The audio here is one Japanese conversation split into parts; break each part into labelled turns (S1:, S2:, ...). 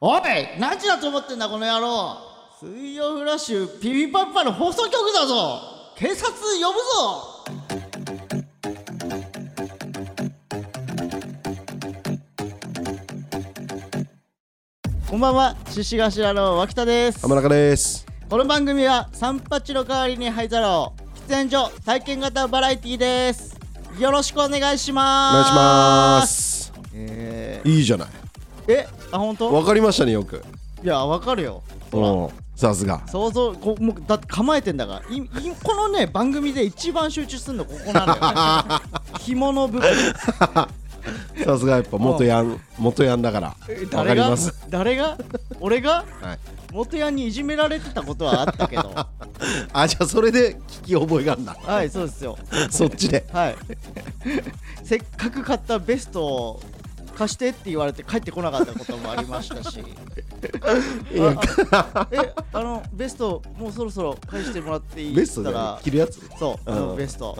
S1: おい何時だと思ってんだこの野郎水曜フラッシュピピパッパの放送局だぞ警察呼ぶぞこんばんは、獅子頭の脇田です。
S2: 浜中です。
S1: この番組は三八の代わりに灰皿を喫煙所体験型バラエティーです。よろしくお願いし
S2: お
S1: ま
S2: 願い
S1: す。
S2: します。
S1: え
S2: いいじゃない。
S1: ー、え、あ本当？
S2: わかりましたねよく。
S1: いやわかるよ。ほ
S2: うん。さすが。
S1: ら、想像こもうだって構えてんだから。いいこのね番組で一番集中するのここなのよ、 ね。紐の部分。
S2: さすがやっぱ元ヤン元ヤンだから。わか
S1: 誰
S2: り
S1: が
S2: ます。？
S1: 誰が？俺が？
S2: はい。
S1: 元ヤンにいじめられてたことはあった けど。
S2: あじゃあそれで聞き覚えがあるんだ。
S1: はい、そうですよ。
S2: そっちで。
S1: はいせっかく買ったベストを貸してって言われて帰ってこなかったこともありましたしああえあのベストもうそろそろ返してもらっていい
S2: ベスト
S1: っ
S2: で
S1: たら
S2: 着るやつ。
S1: そう、
S2: うん
S1: あのベスト、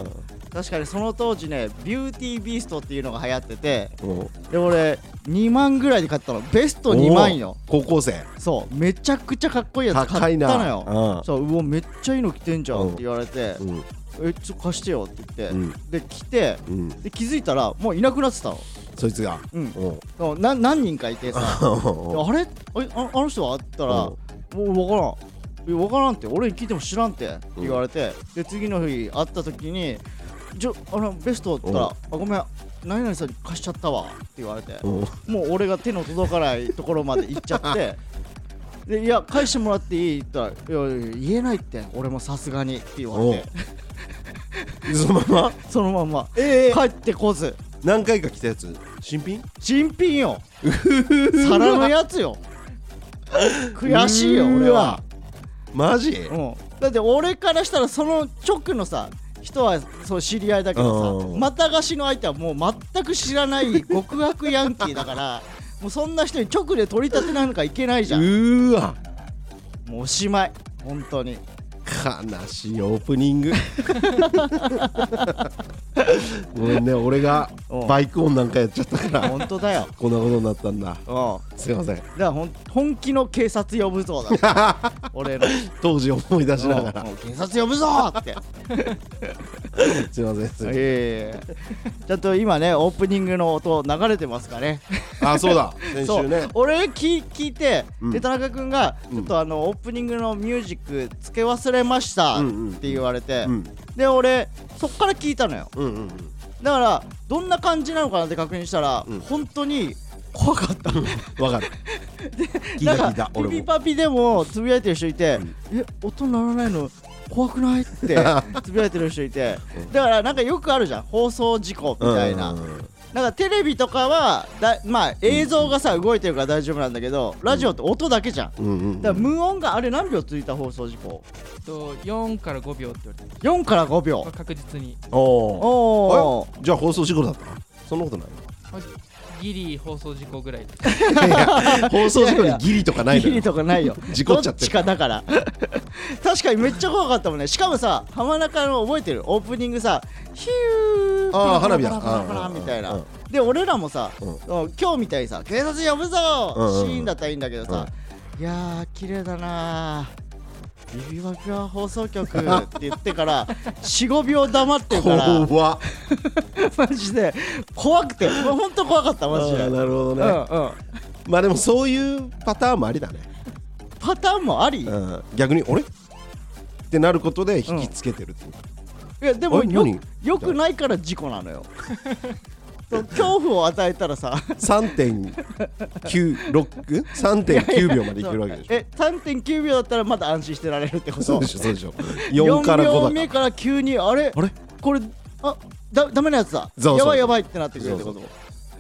S1: 確かにその当時ねビューティービーストっていうのが流行ってて
S2: うん。
S1: で俺2万ぐらいで買ったのベスト2万よ
S2: おー。高校生。
S1: そうめちゃくちゃかっこいいやつ
S2: 高
S1: 買
S2: い
S1: った
S2: な
S1: のよ、
S2: うん
S1: そううわめっちゃいいの着てんじゃんって言われて、
S2: うん
S1: えちょっと貸してよって言って、
S2: うん
S1: で来て、
S2: うん。
S1: で気づいたらもういなくなってたの
S2: そいつが。
S1: うん
S2: うん。
S1: な何人かいてさであれえああの人はって言ったら「もう分からん」え「分からん」って俺に聞いても知らんってって言われて、で次の日会った時に「じゃあのベスト」って言ったら「あごめん何々さんに貸しちゃったわ」って言われて、
S2: うん。
S1: もう俺が手の届かないところまで行っちゃって でいや返してもらっていいって言ったら「いやいや言えないって俺もさすがに」って言われて
S2: そのまま。
S1: そのまんま
S2: ええ。
S1: 帰ってこず
S2: 何回か来たやつ。新品？
S1: 新品 よ皿のやつよ悔しいよ俺は、
S2: マジ？
S1: うん、だって俺からしたらその直のさ人はそう知り合いだけど
S2: う
S1: さ
S2: ん
S1: またがしの相手はもう全く知 らない極悪ヤンキーだからもうそんな人に直で取り立てなんかいけないじゃ
S2: うんーわ。
S1: もうおしまい本当に
S2: 悲しいオープニングごめんね俺が
S1: うん
S2: バイク音なんかやっちゃったから
S1: 本当 だよ
S2: こんなことになったんだ
S1: うんだか
S2: すいません
S1: らほん本気の警察呼ぶぞだ 俺の
S2: 当時思い出しながら
S1: うん警察呼ぶぞ って
S2: すいませんすいません
S1: ええちゃんと今ねオープニングの音流れてますかね
S2: あそうだ先
S1: そ
S2: 週
S1: う
S2: ね
S1: 俺聞聞いて、
S2: うん
S1: で田中君が、ちょっとあのオープニングのミュージックつけ忘れました」っ
S2: うんうん
S1: て言われて、
S2: うん
S1: で俺そっから聞いたのよ
S2: うんうん
S1: だからどんな感じなのかなって確認したら、
S2: うん
S1: 本当に怖かった
S2: うんわかる聞いた
S1: なん
S2: 聞い
S1: か
S2: た
S1: ピピ
S2: 俺も
S1: パピでもつぶやいてる人いて、え音鳴らないの怖くないって つぶやいてる人いてだからなんかよくあるじゃん放送事故みたいな、
S2: うんうんうん
S1: なんかテレビとかはだまあ映像がさ動いてるから大丈夫なんだけど、ラジオって音だけじゃ
S2: う
S1: ん、
S2: んうん
S1: だから無音があれ何秒ついた放送事故
S3: えっと4から5秒って言われて
S1: 4から5秒
S3: まあ確実に
S2: おー
S1: おお
S2: じゃあ放送事故だったそんなことない
S3: まあギリ放送事故ぐらいで
S2: 放送事故にギリとかないの
S1: ギ
S2: よ
S1: リとかないよ
S2: 事故っちゃっ
S1: どってち
S2: る
S1: かだから 確かにめっちゃ怖かったもんねしかもさ浜中の覚えてるオープニングさヒュー
S2: あー花火だ
S1: パラパラパラパラ
S2: うんうんうん
S1: みたいな、
S2: うん
S1: で俺らもさ、
S2: うん
S1: 今日みたいにさ警察呼ぶぞ
S2: うんうんうん
S1: シーンだったらいいんだけどさ、いやー綺麗だなービビバピは放送局って言ってから45秒黙ってるから
S2: 怖っ
S1: マジで怖くてもうほんと怖かった
S2: あ
S1: マジで、
S2: ー
S1: うんうん、
S2: なるほどねまあでもそういうパターンもありだね
S1: パターンもあり、い
S2: うん逆に「あれ?」ってなることで引きつけてるっていう
S1: やでも
S2: あれ
S1: よ
S2: 何
S1: よくないから事故なのよそう 恐怖を与えたらさ
S2: 3.96?3.9 秒までいけるわけで しょ
S1: え3.9秒だったらまだ安心してられるってこ
S2: そう
S1: と
S2: でしょそうでしょ4から
S1: 4秒
S2: 5だ
S1: 目
S2: か
S1: から急にあ
S2: ら
S1: れ
S2: あれ
S1: これあだダメなやつだ
S2: そうそう
S1: やばいやばいってなってくるってこと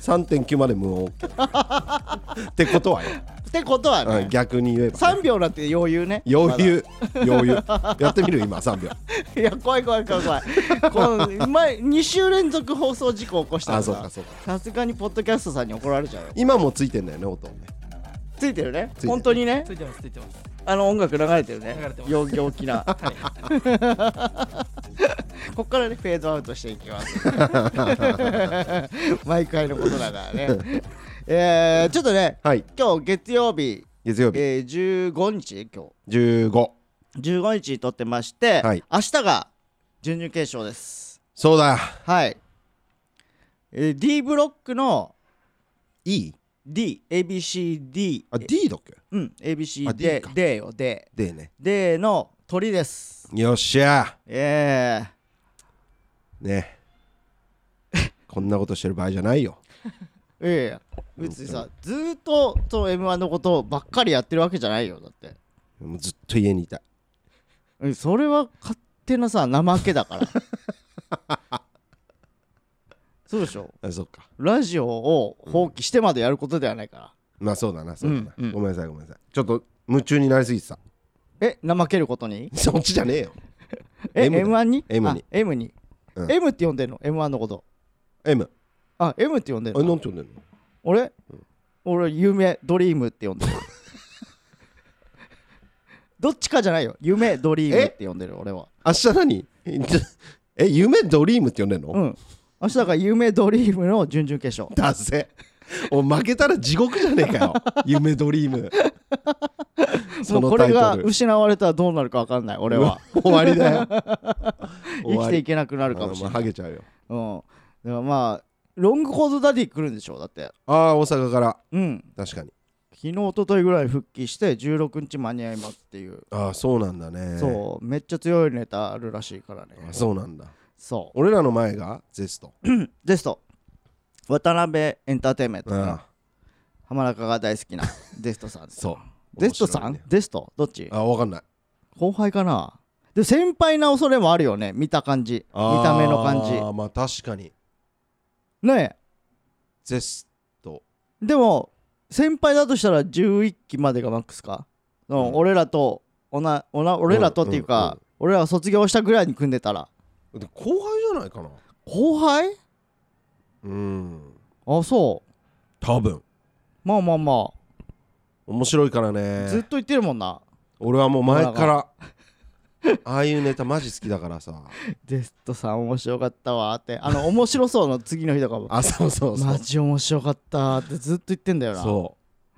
S2: 3.9まで無音 OK ってことはよ
S1: ってことは
S2: う
S1: ね
S2: ん、逆に言えばね
S1: 3秒なんて余裕ね
S2: 余裕余裕やってみる今3秒
S1: ま だいや怖い怖い怖い怖いこの前2週連続放送事故起こした
S2: あ
S1: ら
S2: そう
S1: さ
S2: かそうか
S1: さすがにポッドキャストさんに怒られちゃうよ
S2: 今もついてんだよね音ね
S1: ついてるね
S2: ついてる
S1: 本当にね
S3: ついてますついてます
S1: あの音楽流れてるね
S3: 流れてます
S1: 陽気な
S3: はい
S1: こっからねフェードアウトしていきます 毎回のことだからねえー、ちょっとね
S2: はい
S1: 今日月曜日、
S2: 月曜日
S1: えー、15日今
S2: 15
S1: 日15日に撮ってまして、
S2: はい
S1: 明日が準々決勝です
S2: そうだ
S1: はい、えー、D ブロックの
S2: E?
S1: DABCD
S2: あ D だっけ
S1: うん ABC
S2: あ D
S1: で
S2: か
S1: D よ D
S2: D ね
S1: D の鳥です
S2: よっしゃ
S1: ええ
S2: ね こんなことしてる場合じゃないよ
S1: いやいや別にさずーっとその m 1のことばっかりやってるわけじゃないよだって
S2: もうずっと家にいたい
S1: うんそれは勝手なさ怠けだから そうでしょ
S2: あそっか
S1: ラジオを放棄してまでやることではないから、
S2: まあそうだなそうだな、
S1: うんうん
S2: ごめんなさいごめんなさいちょっと夢中になりすぎてた
S1: え怠けることに
S2: そっちじゃねえよ
S1: え
S2: M だ
S1: M1 に
S2: M
S1: あ
S2: に
S1: M に、
S2: うん
S1: M って呼んでんの M1 のこと
S2: M
S1: あ M って呼んでん
S2: あれ
S1: の
S2: なんて呼んでんの
S1: 俺、俺夢ドリームって呼んで るどっちかじゃないよ夢ドリームって呼んでる俺は
S2: 明日何え夢ドリームって呼んでんの、
S1: うん明日が夢ドリームの準々 決勝
S2: だぜお負けたら地獄じゃねえかよ夢ドリームそ
S1: もう
S2: の
S1: こ
S2: タイ
S1: れ
S2: ト
S1: が
S2: ル
S1: 失われたらどうなるか分かんない俺は
S2: うわ終わりだよ
S1: 生きてい
S2: き
S1: けなくなるかもしれない
S2: ハゲちゃうよ
S1: うんだからまあロングコートダディ来るんでしょだって
S2: ああ大阪から
S1: うん
S2: 確かに
S1: 昨日一昨日ぐらいに復帰して16日間に合いますっていう、
S2: ああそうなんだね
S1: そうめっちゃ強いネタあるらしいからね
S2: あそうなんだ
S1: そ
S2: 俺らの前がゼスト
S1: うですと渡辺エンターテインメント
S2: あ
S1: の浜中が大好きなデストさんです
S2: そう
S1: デストさん、
S2: 面白いね
S1: デストどっち
S2: あ分かんない
S1: 後輩かなで先輩な恐れもあるよね見た感じ見た目の感じ
S2: ああまあ確かに
S1: ね
S2: ゼスト
S1: えでも先輩だとしたら11期までがマックスか、うん、俺らとおなおな俺らとっていうか、
S2: うんうんうん
S1: 俺らが卒業したぐらいに組んでたら
S2: で後輩じゃないかな
S1: 後輩
S2: うん
S1: あそう
S2: 多分
S1: まあまあま
S2: 面白いから
S1: あずっ
S2: ね
S1: と言ってるもんな
S2: 俺はもう前からああいうネタマジ好きだからさ
S1: デストさん面白かったわーってあの面白そうの次の日とかも
S2: あそうそうそ
S1: マ
S2: う
S1: ジ面白かったーってずっと言ってんだよなう
S2: そ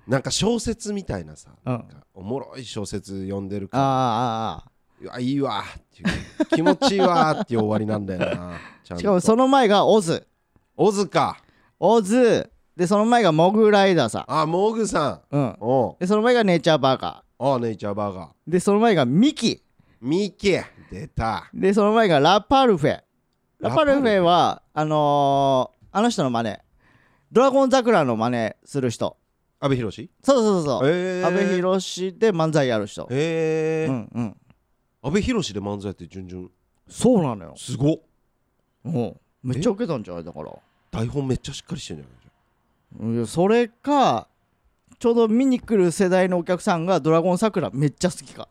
S2: うなんか小説みたいなさ
S1: うん
S2: なんかおもろい小説読んでる
S1: あ
S2: から
S1: あああ
S2: うわいいわーっていう気持ちいいわーっていう終わりなんだよなちゃんと
S1: しかもその前がオズ
S2: オズか
S1: オズでその前がモグライダーさ
S2: あモグさ
S1: んうん
S2: んお
S1: でその前がネイチャーバーガ
S2: あネイチャーバーガー
S1: ーでその前がミキ
S2: ミキ出た
S1: でその前がラパルフェラパ
S2: ラパ
S1: ルフ
S2: ル
S1: ェはあのー、あの人の真似ドラゴン桜の真似する人
S2: 阿部寛
S1: そうそうそうそう
S2: えー
S1: 阿部寛で漫才やる人
S2: え
S1: う
S2: ー
S1: んうん
S2: 阿部寛で漫才って順々
S1: そうなのよ
S2: すごっ
S1: うんめっちゃ受けたんじゃないだから
S2: 台本めっちゃしっかりしてんじゃない
S1: うんそれかちょうど見に来る世代のお客さんが「ドラゴン桜」めっちゃ好きか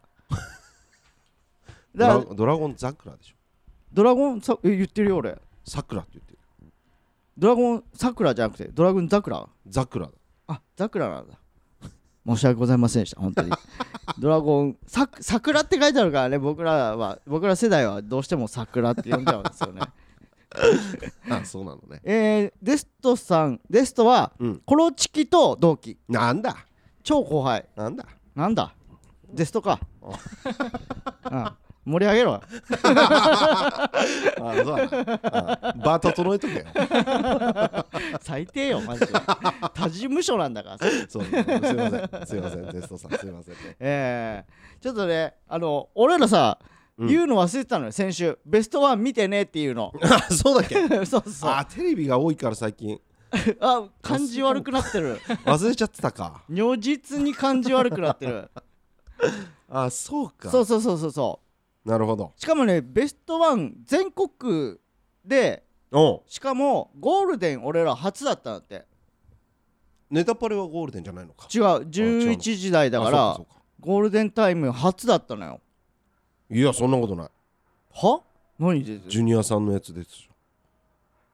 S2: ド
S1: だ
S2: ラ
S1: から
S2: ドラゴン桜でしょ
S1: ドラゴンさえ言ってるよ俺
S2: 桜って言ってる
S1: ドラゴン桜じゃなくてドラゴン桜
S2: 桜だ
S1: あ桜なんだ申し訳ございませんでした本当にドラゴンさ桜って書いてあるからね僕らは僕ら世代はどうしても桜って呼んじゃうんですよね
S2: あそうなのね
S1: えー、デストさんデストは、
S2: うん
S1: コロチキと同期
S2: なんだ
S1: 超後輩
S2: なんだ
S1: なんだデストか。 うん、盛り上げ
S2: あ
S1: ろ。
S2: そうだなあ場整えとけよ
S1: 最低よ、マジで。他事務所なんだからさ。
S2: そうすいませんすいませんテストさんすいません
S1: えー、ちょっとね、あの、俺らさ、
S2: うん
S1: 言うの忘れてたのよ、先週。ベストワン見てねっていうの。
S2: あそうだっけ
S1: そうそう。あ
S2: あテレビが多いから最近
S1: 感じ悪くなってる。
S2: 忘れちゃってたか
S1: 如実に感じ悪くなってる。
S2: あそうか
S1: そうそうそうそうそ
S2: なるほど
S1: う。しかもね、ベストワン全国区で、
S2: お
S1: しかもゴールデン俺ら初だったんだって。
S2: ネタパレはゴールデンじゃないのか
S1: 違う、11時台だか
S2: あ
S1: ら
S2: そう。かそうか
S1: ゴールデンタイム初だったのよ
S2: いやそんなことない
S1: は何で
S2: ジュニアさんのやつですよ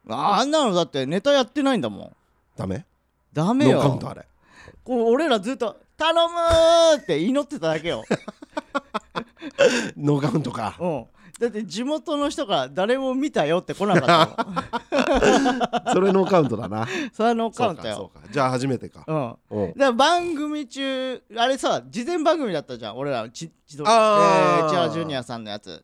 S1: あんなのだってネタやってないんだもん
S2: ダメ
S1: ダメ
S2: ノーカウン
S1: よ
S2: トあれ
S1: こう俺らずっと「頼 む!」って祈ってただけよ、
S2: ノーカウントか
S1: うん、だって地元の人から誰も見たよって来なかったもん
S2: それノーカウントだな
S1: それはノーカ
S2: そ
S1: ウ
S2: う
S1: ント
S2: か
S1: よ
S2: そうかじゃあ初めてか
S1: うんだか
S2: うん
S1: ら番組中あれさ事前番組だったじゃん俺らのちちど
S2: あー
S1: えー千原ジュニアさんのやつ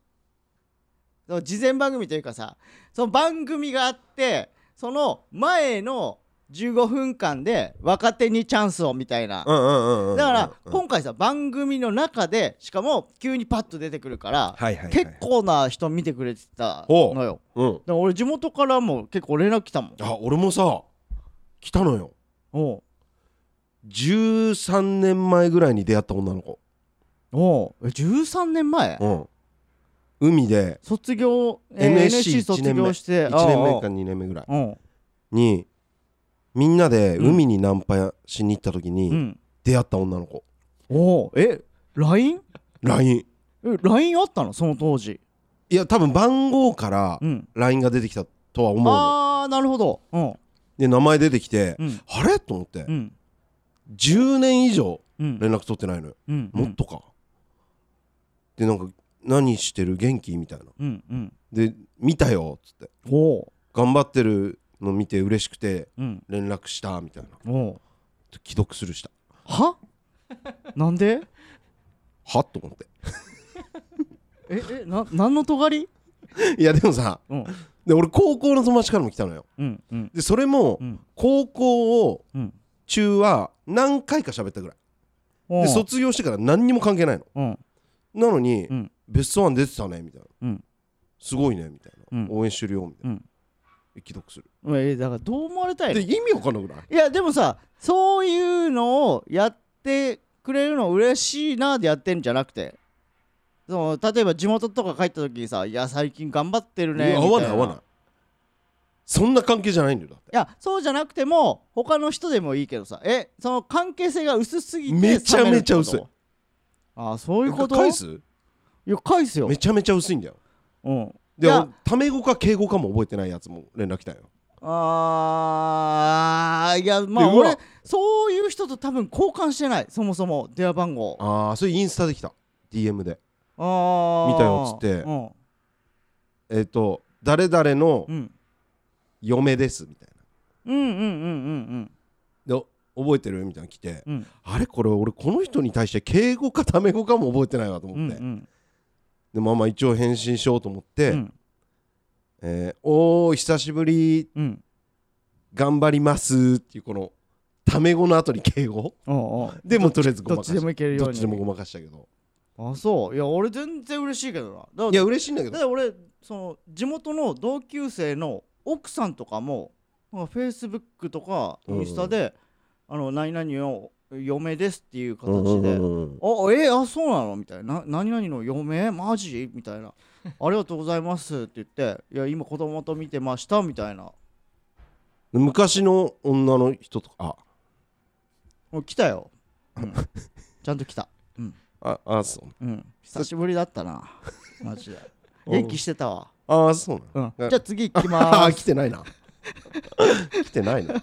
S1: そう事前番組というかさその番組があってその前の15分間で若手にチャンスをみたいな、
S2: うんうんうんうん
S1: だから
S2: うん
S1: 今回さ番組の中でしかも急にパッと出てくるから、
S2: はいはいはい
S1: 結構な人見てくれてたのよ
S2: うん
S1: だから俺地元からも結構連絡来たもん
S2: あ俺もさ来たのよ
S1: おう
S2: 13年前ぐらいに出会った女の子
S1: おうえ13年前
S2: うん海で
S1: 卒業えー
S2: NSC 一
S1: 卒
S2: 年目
S1: 業して
S2: 1年目
S1: あ
S2: か2年目ぐらい
S1: あうん
S2: にみんなで
S1: うん
S2: 海にナンパしに行った時
S1: う
S2: に
S1: ん
S2: 出会った女の子
S1: おうえ LINE?
S2: LINE
S1: え LINE あったのその当時
S2: いや多分番号から
S1: うん
S2: LINE が出てきたとは思うの
S1: ああなるほどうん
S2: で名前出てきて
S1: うん
S2: あれと思って
S1: うん
S2: 10年以上
S1: うん
S2: 連絡取ってないのよ
S1: うん
S2: もっとかでなんか何してる元気みたいな
S1: うんうん
S2: で見たよっつって
S1: おう
S2: 頑張ってるの見て嬉しくて
S1: うん
S2: 連絡したみたいな
S1: おう
S2: 既読するした
S1: は なんで
S2: はっと思って
S1: ええな何の尖り
S2: いやでもさ
S1: うん
S2: で俺高校の友達からも来たのよ
S1: うんうん
S2: でそれも
S1: うん
S2: 高校を
S1: うん
S2: 中は何回か喋ったぐらい
S1: おう
S2: で卒業してから何にも関係ないの
S1: うん
S2: なのに
S1: うん
S2: 「ベストワン出てたね」みたいな
S1: うん
S2: 「すごいね」みたいな
S1: うん
S2: 「応援してるよ」みたいな
S1: うん
S2: え既読する
S1: うんえだからどう思われたいの
S2: で意味わかんなくない
S1: いやでもさそういうのをやってくれるの嬉しいなでやってんじゃなくてその例えば地元とか帰った時にさ「いや最近頑張ってるね」
S2: いや
S1: みたい
S2: 合わな
S1: な
S2: い合わないそんな関係じゃないんだよだって
S1: いやそうじゃなくても他の人でもいいけどさえその関係性が薄すぎて
S2: めちゃめちゃ薄い
S1: 冷めるってことあそういうこと
S2: 返す
S1: いや返すよ
S2: めちゃめちゃ薄いんだよ
S1: うんい
S2: で
S1: や
S2: 俺タメ語か敬語かも覚えてないやつも連絡来たよ
S1: あーいやまあ
S2: でうわ
S1: 俺そういう人と多分交換してないそもそも電話番号
S2: ああそれインスタで来た DM で
S1: あー
S2: 見たよっつって
S1: うん
S2: えっ、と誰々の
S1: うん
S2: 嫁ですみたい
S1: うんうんうんうん
S2: なで覚えてるみたいなの来て
S1: うんうん
S2: あれこれ俺この人に対して敬語かタメ語かも覚えてないわと思って、
S1: うん
S2: でまあまあ一応返信しようと思って「
S1: うん
S2: えーおー久しぶり
S1: うん
S2: 頑張ります」っていうこのタメ語の後に敬語
S1: おうおう
S2: でもとりあえずご
S1: ど
S2: ま
S1: っ
S2: かし
S1: ちでもいけるよう
S2: ど
S1: に
S2: っちでもごまかしたけど
S1: あそういや俺全然嬉しいけどなだ
S2: いや嬉しいんだけ
S1: だ
S2: ど
S1: って俺その地元の同級生の奥さんとかもなんかフェイスブックとかインスタで「あの何々の嫁です」っていう形で
S2: うん
S1: あえあそうなのみたいなな何々の嫁マジみたいな「ありがとうございます」って言って「いや今子供と見てました」みたいな
S2: 昔の女の人とか
S1: もう来たよ、うん、ちゃんと来た、
S2: あああそう
S1: うん、久しぶりだったなマ ジで
S2: うん
S1: 元気してたわ、
S2: ああそうなの
S1: うん、じ
S2: うん
S1: ゃあ次行き
S2: あ
S1: ま
S2: あ
S1: す
S2: 来てない な来てないな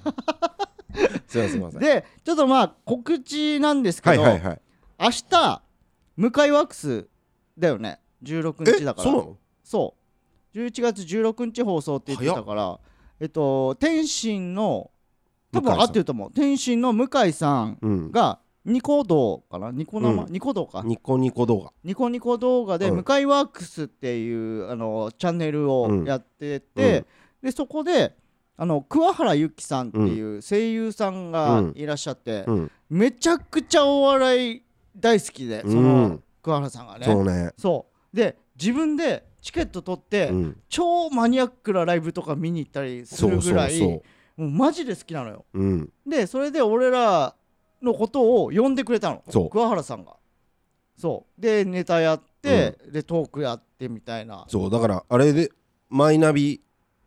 S2: すいませんすいません
S1: でちょっとまあ告知なんですけ
S2: はい
S1: ど、
S2: はいはい
S1: 明日向かいワックスだよね16日だ
S2: え
S1: から
S2: そうなの
S1: そう11月16日放送って言ってたからえっと天心の多分
S2: 向井さん
S1: 合ってると思う天心の向井さん
S2: うん
S1: がニコ動かなニコ生、
S2: う
S1: ニコ動か
S2: ニコニコ動画
S1: ニコニコ動画で
S2: うん
S1: 向かいワークスっていうあのチャンネル
S2: う
S1: を
S2: ん
S1: やってて、でそこであの桑原由紀さんっていう声優さんが
S2: うん
S1: いらっしゃって、
S2: うん
S1: めちゃくちゃお笑い大好きでそ
S2: うん
S1: の桑原さんがね、
S2: そうね
S1: そうで自分でチケット取って、
S2: うん
S1: 超マニアックなライブとか見に行ったりす
S2: そ
S1: る
S2: う
S1: ぐ
S2: そ
S1: ら
S2: う
S1: い
S2: そ
S1: もうマジで好きなのよ
S2: ううん
S1: でそれで俺らのことを呼んでくれたの
S2: そう
S1: 桑原さんがそうでネタやって、でトークやってみたいな
S2: そうだからあれでマイナビ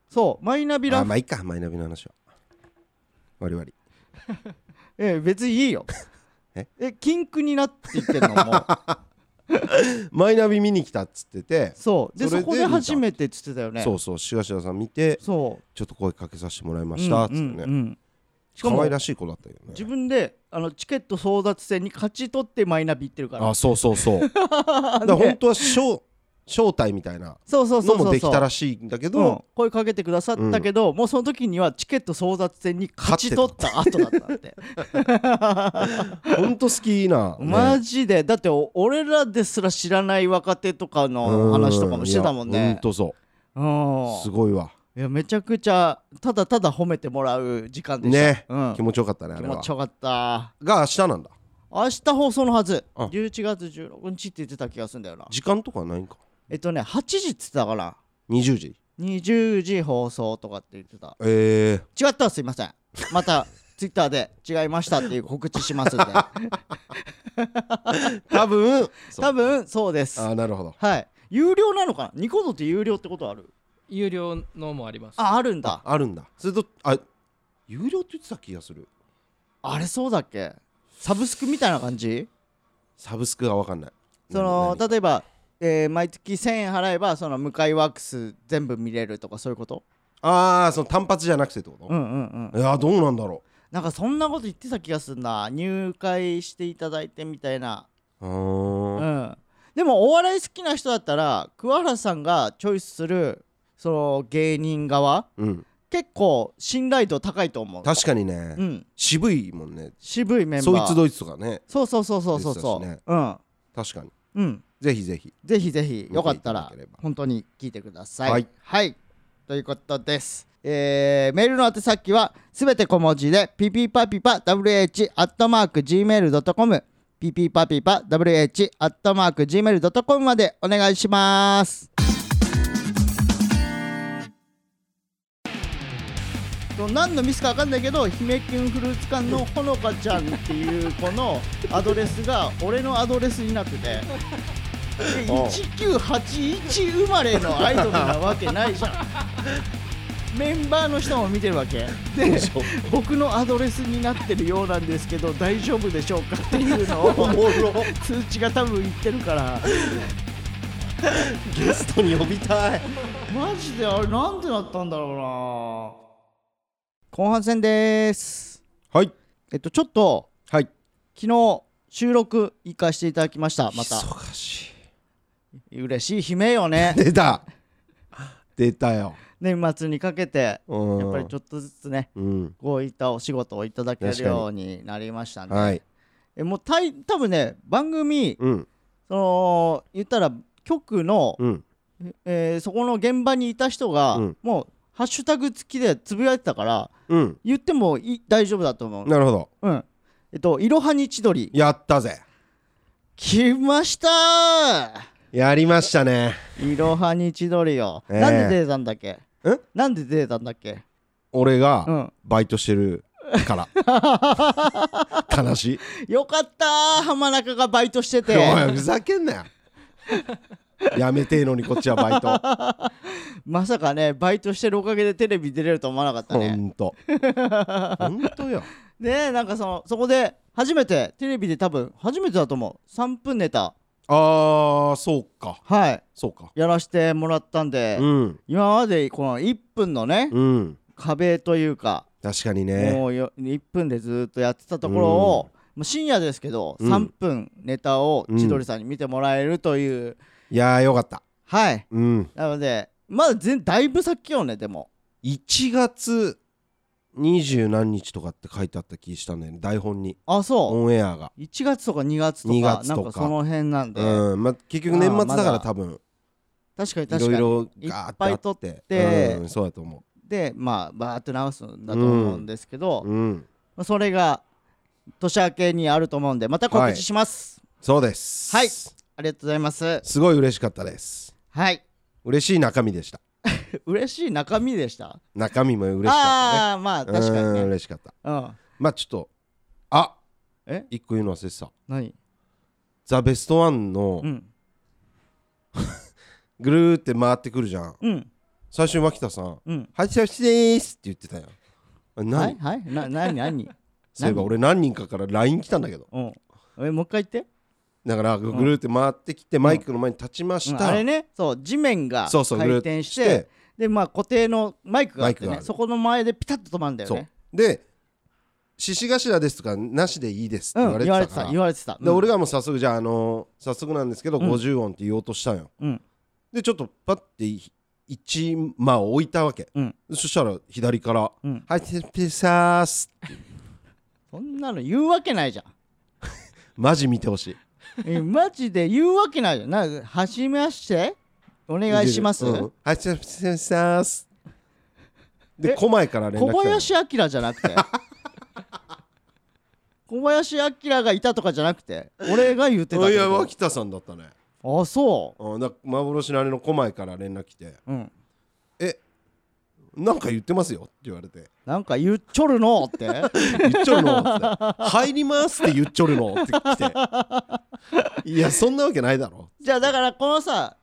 S1: そうマイナビラ
S2: あ
S1: フ、
S2: まあいいかマイナビの話は割り割
S1: えー別にいいよ
S2: え
S1: え禁句になって言ってんのも う
S2: りマイナビ見に来たっつってて
S1: そうで
S2: そ
S1: そ
S2: れで
S1: こで初めてっつってたよね
S2: そううそうシュワシュワさん見て
S1: そう
S2: ちょっと声かけさせてもらいましたっつって
S1: うんうん
S2: ね
S1: うんしか
S2: 可
S1: も
S2: 愛らしい子だったけど
S1: 自
S2: ね
S1: 分であのチケット 争奪戦に勝ち取ってマイナビ行ってるから
S2: あそうそうそうだから本当は賞招待みたいな
S1: そうそうそ
S2: の
S1: うそ
S2: も
S1: う
S2: できた
S1: そう
S2: らしいんだけ
S1: うん
S2: ど、
S1: 声かけてくださったけど、もうその時にはチケット争奪戦に勝ち取った後だったんで
S2: ほんと好きな、ね
S1: マジでだってお俺らですら知らない若手とかの話とかもしてたもん
S2: いやほ
S1: ね
S2: んとそううす
S1: ん
S2: ごいわ
S1: いやめちゃくちゃただただ褒めてもらう時間でした
S2: ね
S1: うん
S2: 気持ちよかったねあ
S1: 気
S2: れ
S1: 持
S2: は
S1: ちよかった
S2: が明日なんだ
S1: 明日放送のはず
S2: あ
S1: 11月16日って言ってた気がするんだよな
S2: 時間とかないんか
S1: えっとね8時って言ってたから
S2: 20時
S1: 20時放送とかって言ってた
S2: ええ
S1: 違ったらすいませんまたツイッターで違いましたっていう告知しますんで
S2: 多分そう
S1: 多分そうです
S2: あーなるほど
S1: はい有料なのかなニコ動って有料ってことある
S3: 有料のもあります
S1: ああるんだ
S2: あるんだそれとあ有料って言ってた気がする
S1: あれそうだっけサブスクみたいな感じ
S2: サブスクが分かんない
S1: その
S2: 何
S1: 例えば、えー毎月1000円払えばその向かいワークス全部見れるとかそういうこと
S2: ああその単発じゃなくてってこと、
S1: うんうんうん
S2: いやーどうなんだろ
S1: なんかそんなこと言ってた気がするな入会していただいてみたいな
S2: ううーん
S1: うん、でもお笑い好きな人だったら桑原さんがチョイスするその芸人側
S2: うん
S1: 結構信頼度高いと思う
S2: 確かにね、
S1: うん
S2: 渋いもんね
S1: 渋いメン
S2: そい
S1: バ
S2: つ
S1: ー
S2: ドイツとかね
S1: そうそうそうそうそうそう、
S2: です
S1: うん
S2: 確かに
S1: うん
S2: ぜひぜひ
S1: ぜひぜひよかったら
S2: 見ていただければ
S1: 本当に聞いてください
S2: はい、
S1: ということですえーメールの宛先はすべて小文字でピピパピパ wh.gmail.com ピピパピパ wh.gmail.com までお願いしますと何のミスか分かんないけど姫キュンフルーツ館のほのかちゃんっていう子のアドレスが俺のアドレスになっててで
S2: おう
S1: 1981生まれのアイドルなわけないじゃんメンバーの人も見てるわけで僕のアドレスになってるようなんですけど大丈夫でしょうかっていうのを通知が多分言ってるから
S2: ゲストに呼びたい
S1: マジであれなんでなったんだろうな後半戦です
S2: はい
S1: えっとちょっと
S2: はい
S1: 昨日収録行かしていただきましたまた
S2: 忙し
S1: 嬉しい悲鳴よね
S2: い出た出たよ
S1: 年末にかけて
S2: うん
S1: やっぱりちょっとずつね
S2: うん
S1: こういったお仕事をいただける
S2: 確かに
S1: ようになりましたね、
S2: はい
S1: えもうたい多分ね番組
S2: うん
S1: その言ったら局の、
S2: うん
S1: えーそこの現場にいた人が、
S2: うん
S1: もうハッシュタグ付きでつぶやいてたから
S2: うん
S1: 言ってもいい大丈夫だと思う
S2: なるほど
S1: うんえっといろはにちどり
S2: やったぜ
S1: 来ましたー
S2: やりましたね
S1: いろはにちどりよ。
S2: ええ
S1: なんで出たんだっけ
S2: え
S1: なんで出たんだっけ
S2: 俺
S1: う
S2: が
S1: ん。
S2: バイトしてるから 悲しい
S1: よかったー浜中がバイトしてて。
S2: おいふざけんなよやめてえのにこっちはバイト
S1: まさかね、バイトしてるおかげでテレビ出れると思わなかった
S2: ほ
S1: ね。
S2: ん とほんとよ
S1: で、なんかその、そこで初めて、テレビで多分、初めてだと思う。3分ネタ、
S2: あーそうか
S1: はい、
S2: そうか
S1: やらしてもらったんで、
S2: うん
S1: 今までこの1分のね、
S2: うん
S1: 壁というか、
S2: 確かにね
S1: もうよ1分でずーっとやってたところを、もう深夜ですけど、
S2: うん
S1: 3分ネタを千鳥さんに見てもらえるという、
S2: いやーよかった
S1: はい
S2: うん
S1: なのでまだ全だいぶ先よねでも
S2: 1月二十何日とかって書いてあった気したんだよね台本に
S1: あそ
S2: オンエアが
S1: う1月とか2月とか
S2: 2月とか
S1: なんかその辺なんで、
S2: うんまあ結局年末だか
S1: あーまだ
S2: ら多分
S1: 確かに
S2: い
S1: 確
S2: ろ
S1: か
S2: い
S1: に
S2: ろガーってあ
S1: いっぱい撮って
S2: てうんそうだと思
S1: でまあバーって流すんだと思うんですけど、
S2: ううん
S1: まあそれが年明けにあると思うんでまた告知します、
S2: そうです
S1: はい
S2: す
S1: ありがとうございます
S2: ごい嬉しかったです
S1: はい
S2: 嬉しい中身でした
S1: 嬉しい中身でした
S2: 中身も嬉しか
S1: ああーまあ
S2: ったね
S1: 確かに
S2: うん
S1: ね
S2: 嬉しかった
S1: うん
S2: まあちょっとあ
S1: え
S2: 一個言うの忘れてた
S1: 何
S2: ザ・ベストワンの
S1: うん
S2: ぐるーって回ってくるじゃん
S1: うん
S2: 最初に脇田さん
S1: うん
S2: 「はいしゃしでーす」って言ってたよあ何、
S1: はいはいな何何
S2: そういえば
S1: 何
S2: 俺何人かから LINE 来たんだけど
S1: うんえもう一回言って、
S2: だからぐるーって回ってきてマイクの前に立ちまし
S1: うんあ
S2: た、
S1: れねそう地面が
S2: そうそうぐ
S1: 回
S2: るーっ
S1: 転
S2: て
S1: し
S2: してて
S1: でまあ固定のマイクがあって
S2: マイクが
S1: ね
S2: ある
S1: そこの前でピタッと止まるんだよ
S2: そう
S1: ね
S2: で「獅子頭です」とか「なしでいいです」
S1: う
S2: っ
S1: ん
S2: て
S1: 言
S2: 言わ
S1: わ
S2: れ
S1: れ
S2: てた
S1: てた
S2: から、
S1: 言われてた
S2: で俺
S1: が
S2: がもう早速じゃああのー早速なんですけど
S1: うん
S2: 50音って言おうとしたんよ、
S1: うん
S2: でちょっとパッて1マを置いたわけ、
S1: うん
S2: そしたら左から「
S1: うん
S2: はいてピサース
S1: そんなの言うわけないじゃん」
S2: マジ見てほしい
S1: えマジで言うわけないじゃんなんかはじめましてお願いします、
S2: うんはいてピサース」で
S1: え
S2: 小前から連絡来
S1: 小
S2: たの
S1: 林明じゃなく て小林明がいたとかじゃなくて俺が言ってたっ
S2: あい
S1: て
S2: や
S1: こ
S2: 脇田さんだったね
S1: とあそ
S2: うんだ幻のあれの小前から連絡来て
S1: ううん
S2: 「えなんか言ってますよ」って言われて
S1: なんか言っちょるの って
S2: 言っちょるのって 入りますって言っちょるのって来ていやそんなわけないだろ
S1: じゃあだからこのさ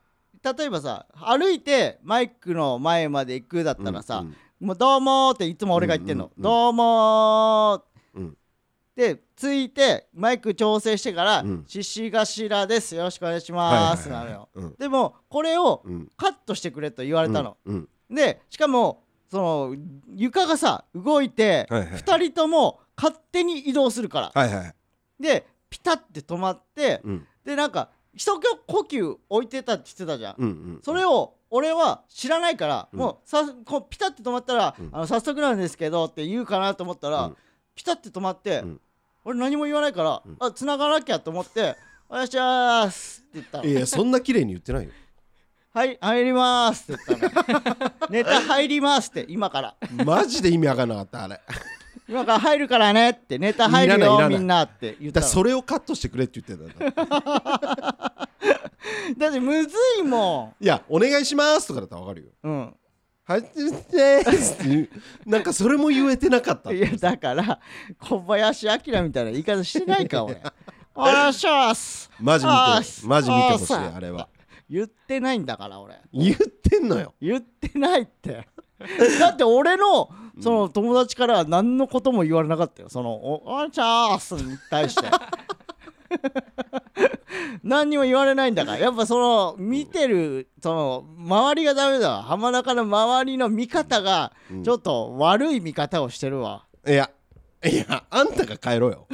S1: 例えばさ歩いてマイクの前まで行くだったらさ「
S2: うん
S1: もうどうも」っていつも俺が言ってんの「
S2: うんうんうん
S1: どうもー」
S2: うん
S1: でついてマイク調整してから
S2: うん
S1: 「獅子頭ですよろしくお願いします」なのよ
S2: うん
S1: でもこれを
S2: うん
S1: カットしてくれと言われたの、
S2: うん
S1: でしかもその床がさ動いて
S2: はいはい
S1: 2人とも勝手に移動するから、
S2: はいはい
S1: でピタッて止まって、
S2: うん
S1: でなんか一呼吸置いてたって言ってたじゃん、
S2: うんうん
S1: それを俺は知らないから、
S2: うん
S1: もうさこうピタッて止まったら、
S2: うん
S1: あの早速なんですけどって言うかなと思ったら、
S2: うん
S1: ピタッて止まって、
S2: うん
S1: 俺何も言わないから、
S2: うん
S1: あ繋がなきゃと思って「お願いします」って言ったの
S2: いやそんな綺麗に言ってない よ
S1: はい、入りますって言ったの。 ネタ入りますって、今から。
S2: マジで意味わかんなかったあれだか
S1: 今から入るからねって、ネタ入る
S2: いらないいら
S1: よ、
S2: ない
S1: みんなって言った
S2: ら
S1: の。
S2: それをカットしてくれって言ってたんだ
S1: だってむずいも
S2: いやお願いしますとかだったらわかるよ
S1: ん。うん。
S2: はいですっていうなんかそれも言えてなかった
S1: いや、だから、小林明みたいな言い方してない か、俺。お願いします
S2: マジ見
S1: あ
S2: て
S1: ー
S2: マジ見てほしい
S1: あーさ
S2: あれは
S1: 言ってないんだから、俺。
S2: 言ってんのよ
S1: 言ってないって。 だって俺のその友達から何のことも言われなかったよその「おおチャース」に対して 何にも言われないんだからやっぱその見てるその周りがダメだわ浜中の周りの見方が
S2: うん
S1: ちょっと悪い見方をしてるわ、
S2: いやいやあんたが帰ろう よ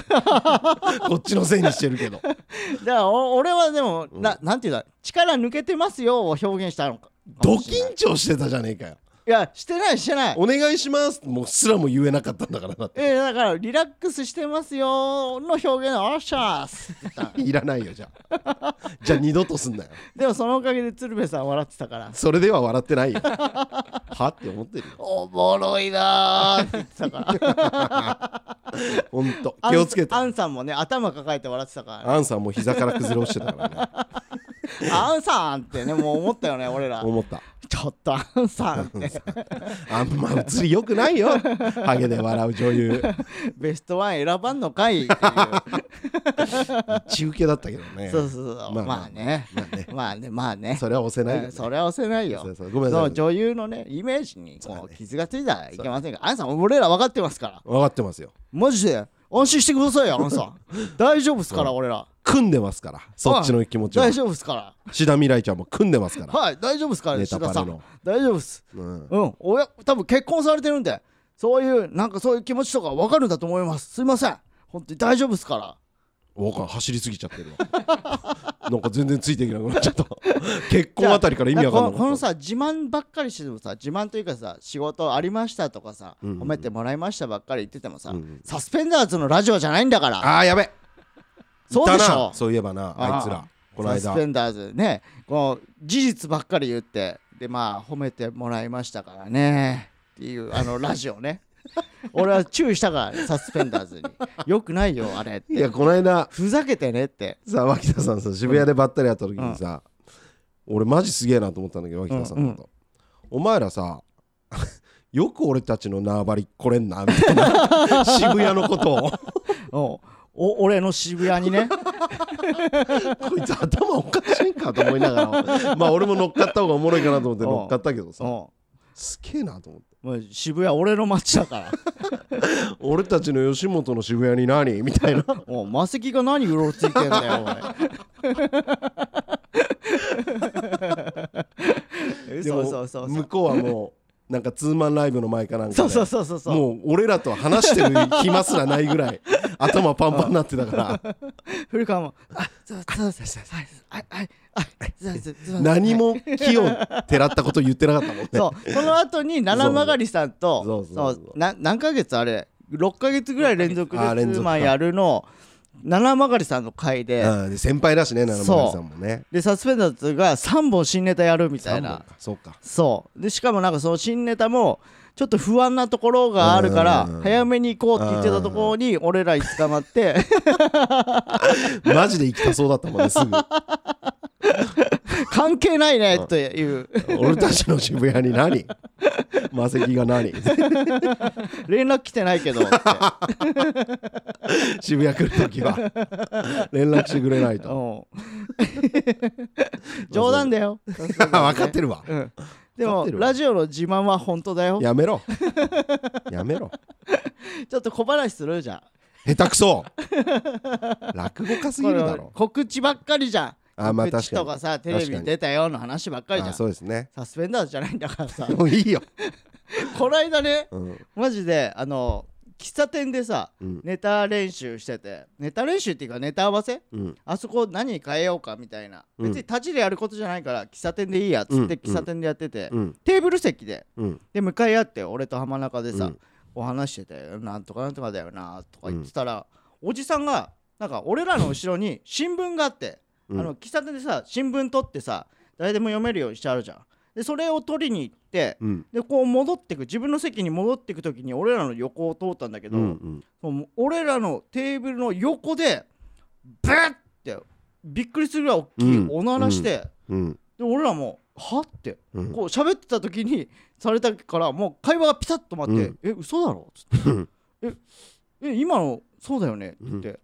S2: こっちのせいにしてるけど
S1: だからお俺はでも、ななんていうんだ力抜けてますよを表現したのか
S2: ド
S1: い
S2: 緊張してたじゃねえかよ
S1: やしてないしてない
S2: お願いしますもうすらも言えなかったんだからだって
S1: えーだからリラックスしてますよの表現をおっしゃー すって言ったの
S2: いらないよじゃあじゃあ二度とすんなよ
S1: でもそのおかげで鶴瓶さん笑ってたから
S2: それでは笑ってないよはって思ってるよ
S1: おもろいなーって言ってたから
S2: ほんと 気をつけて
S1: アンさんもね頭抱えて笑ってたから、
S2: アンさんも膝から崩れ落ちてたからね
S1: ね、アンさんってねもう思ったよね俺ら
S2: 思った
S1: ちょっとアンさんって
S2: あんま映り良くないよハゲで笑う女優
S1: ベストワン選ばんのかいっていう
S2: 一受けだったけど ね
S1: そうそうそ
S2: まあ
S1: うまあ、
S2: まあ
S1: ね
S2: まあね
S1: まあねまあね
S2: それは押せないよ、
S1: え
S2: ね、
S1: それは押せないよ
S2: そうそうごめん
S1: そ
S2: なさい
S1: の女優のねイメージに
S2: そうだ
S1: こ
S2: ね
S1: う傷がついたらいけませんからアンさん俺ら分かってますから
S2: 分かってますよ
S1: マジで安心してくださ いよアンさん大丈夫っすから俺ら
S2: 組んでますからそっちの気持ちは
S1: 大丈夫っすから
S2: 志田未来ちゃんも組んでますから
S1: はい、大丈夫ですから、
S2: ネ
S1: ね、
S2: タ
S1: 志
S2: パ
S1: 田
S2: レ
S1: さ
S2: の
S1: ん。大丈夫です。
S2: うん
S1: うん、親、多分結婚されてるんで、そういう、なんかそういう気持ちとかわかるんだと思います。すいません。本当に大丈夫ですから。
S2: わかんない走りすぎちゃってるわ なんか全然ついていけなくなっちゃった結婚あたりから意味わかんな
S1: こ
S2: い
S1: のこのさ、自慢ばっかりしててもさ、自慢というかさ、仕事ありましたとかさ、
S2: うんうんうん
S1: 褒めてもらいましたばっかり言っててもさ、
S2: うんうん
S1: サスペンダーズのラジオじゃないんだから。
S2: あーやべ
S1: そうでし
S2: いた
S1: ょ
S2: な。そういえばな
S1: あー
S2: あいつらこの
S1: サ
S2: 間
S1: スペンダーズね、こう事実ばっかり言って、で、まあ、褒めてもらいましたからね、っていう、あの、ラジオね。俺は注意したからね、サスペンダーズに。よくないよ、あれっ
S2: い
S1: て
S2: や。この間
S1: ふざけてねって。
S2: さ脇田さんさ渋谷でばったり会った時にさ、俺マジすげえなと思ったんだけど脇田さんだと、
S1: うんうん
S2: お前らさ よく俺たちの縄張り来れんなみたい な渋谷のことを
S1: おお俺の渋谷 にね。
S2: こいつ頭おかしいんかと思いながらまあ俺も乗っかった方がおもろいかなと思って
S1: うん
S2: 乗っかったけどさ
S1: お
S2: すげえなと思って
S1: もう渋谷、俺の街だから。
S2: 俺たちの吉本の渋谷に何みたい な
S1: お魔石が何うろついてんだよ、 おい。
S2: で
S1: そ
S2: も
S1: うそうそうそ
S2: 向
S1: う。
S2: こうはもうなんかツーマンライブの前かなんかで
S1: そうそうそうそうそう。
S2: もう俺らと話してる暇すらないぐ らい頭パンパンになってたから
S1: 古川も「あそうそうそうそうはいはいはいすいませんすいません
S2: 何も木をてらったこと言ってなかったもんね
S1: そうその後に七曲さん
S2: そ
S1: と
S2: うそうそう
S1: な何ヶ月あれ6ヶ月ぐらい連続でツ
S2: あ連続
S1: ー
S2: か
S1: マンやるの七曲さんの回で、
S2: うんで先輩だしね七丸さんもね
S1: でサスペンダーズが3本新ネタやるみた
S2: 三
S1: い
S2: 本
S1: な
S2: かそうか
S1: そうでしかもなんかその新ネタもちょっと不安なところがあるから
S2: うん
S1: 早めに行こうって言ってたところに俺らに捕まって
S2: マジで行きたそうだったもんね すぐ
S1: 関係ないねという
S2: 俺たちの渋谷に何魔石が何
S1: 連絡来てないけどって
S2: 渋谷来るときは連絡してくれない と
S1: うん 冗談だよ
S2: 分かってるわ
S1: うんで
S2: わかっ
S1: も
S2: てるわ
S1: ラジオの自慢は本当だよ
S2: やめろやめろ
S1: ちょっと小話するじゃん
S2: 下手くそ落語家すぎるだろ
S1: この告知ばっかりじゃん
S2: あまあ
S1: 告知とか
S2: 確
S1: さ
S2: か
S1: テ
S2: に
S1: レビに出たよの話ばっかりじゃ
S2: あ
S1: ん
S2: そうですね
S1: サスペンダーズじゃないんだからさ
S2: もういいよ、
S1: こないだね
S2: うん
S1: マジであの喫茶店でさ
S2: うん
S1: ネタ練習しててネタ練習っていうかネタ合わせ
S2: うん、
S1: あそこ何変えようかみたいな、
S2: うん
S1: 別に立ちでやることじゃないから喫茶店でいいやっつって
S2: うん
S1: 喫茶店でやってて、
S2: うん
S1: テーブル席で
S2: うん
S1: で向かい合って俺と浜中でさ、
S2: うん
S1: お話しててなんとかなんとかだよなとか言ってたら、おじさんがなんか俺らの後 ろに新聞があって、
S2: うん
S1: あの喫茶店でさ新聞取ってさ誰でも読めるようにしてあるじゃんでそれを取りに行って、
S2: うん
S1: でこう戻ってく自分の席に戻ってく時に俺らの横を通ったんだけど、
S2: うんうん
S1: もう俺らのテーブルの横でブッってびっくりするぐらい大きい
S2: うん
S1: おならして、
S2: うん
S1: で俺らもはって
S2: うん
S1: こう喋ってた時にされたからもう会話がピタッと待って「
S2: うん
S1: え嘘だろ?」っつって「ええ今のそうだよね」って言って。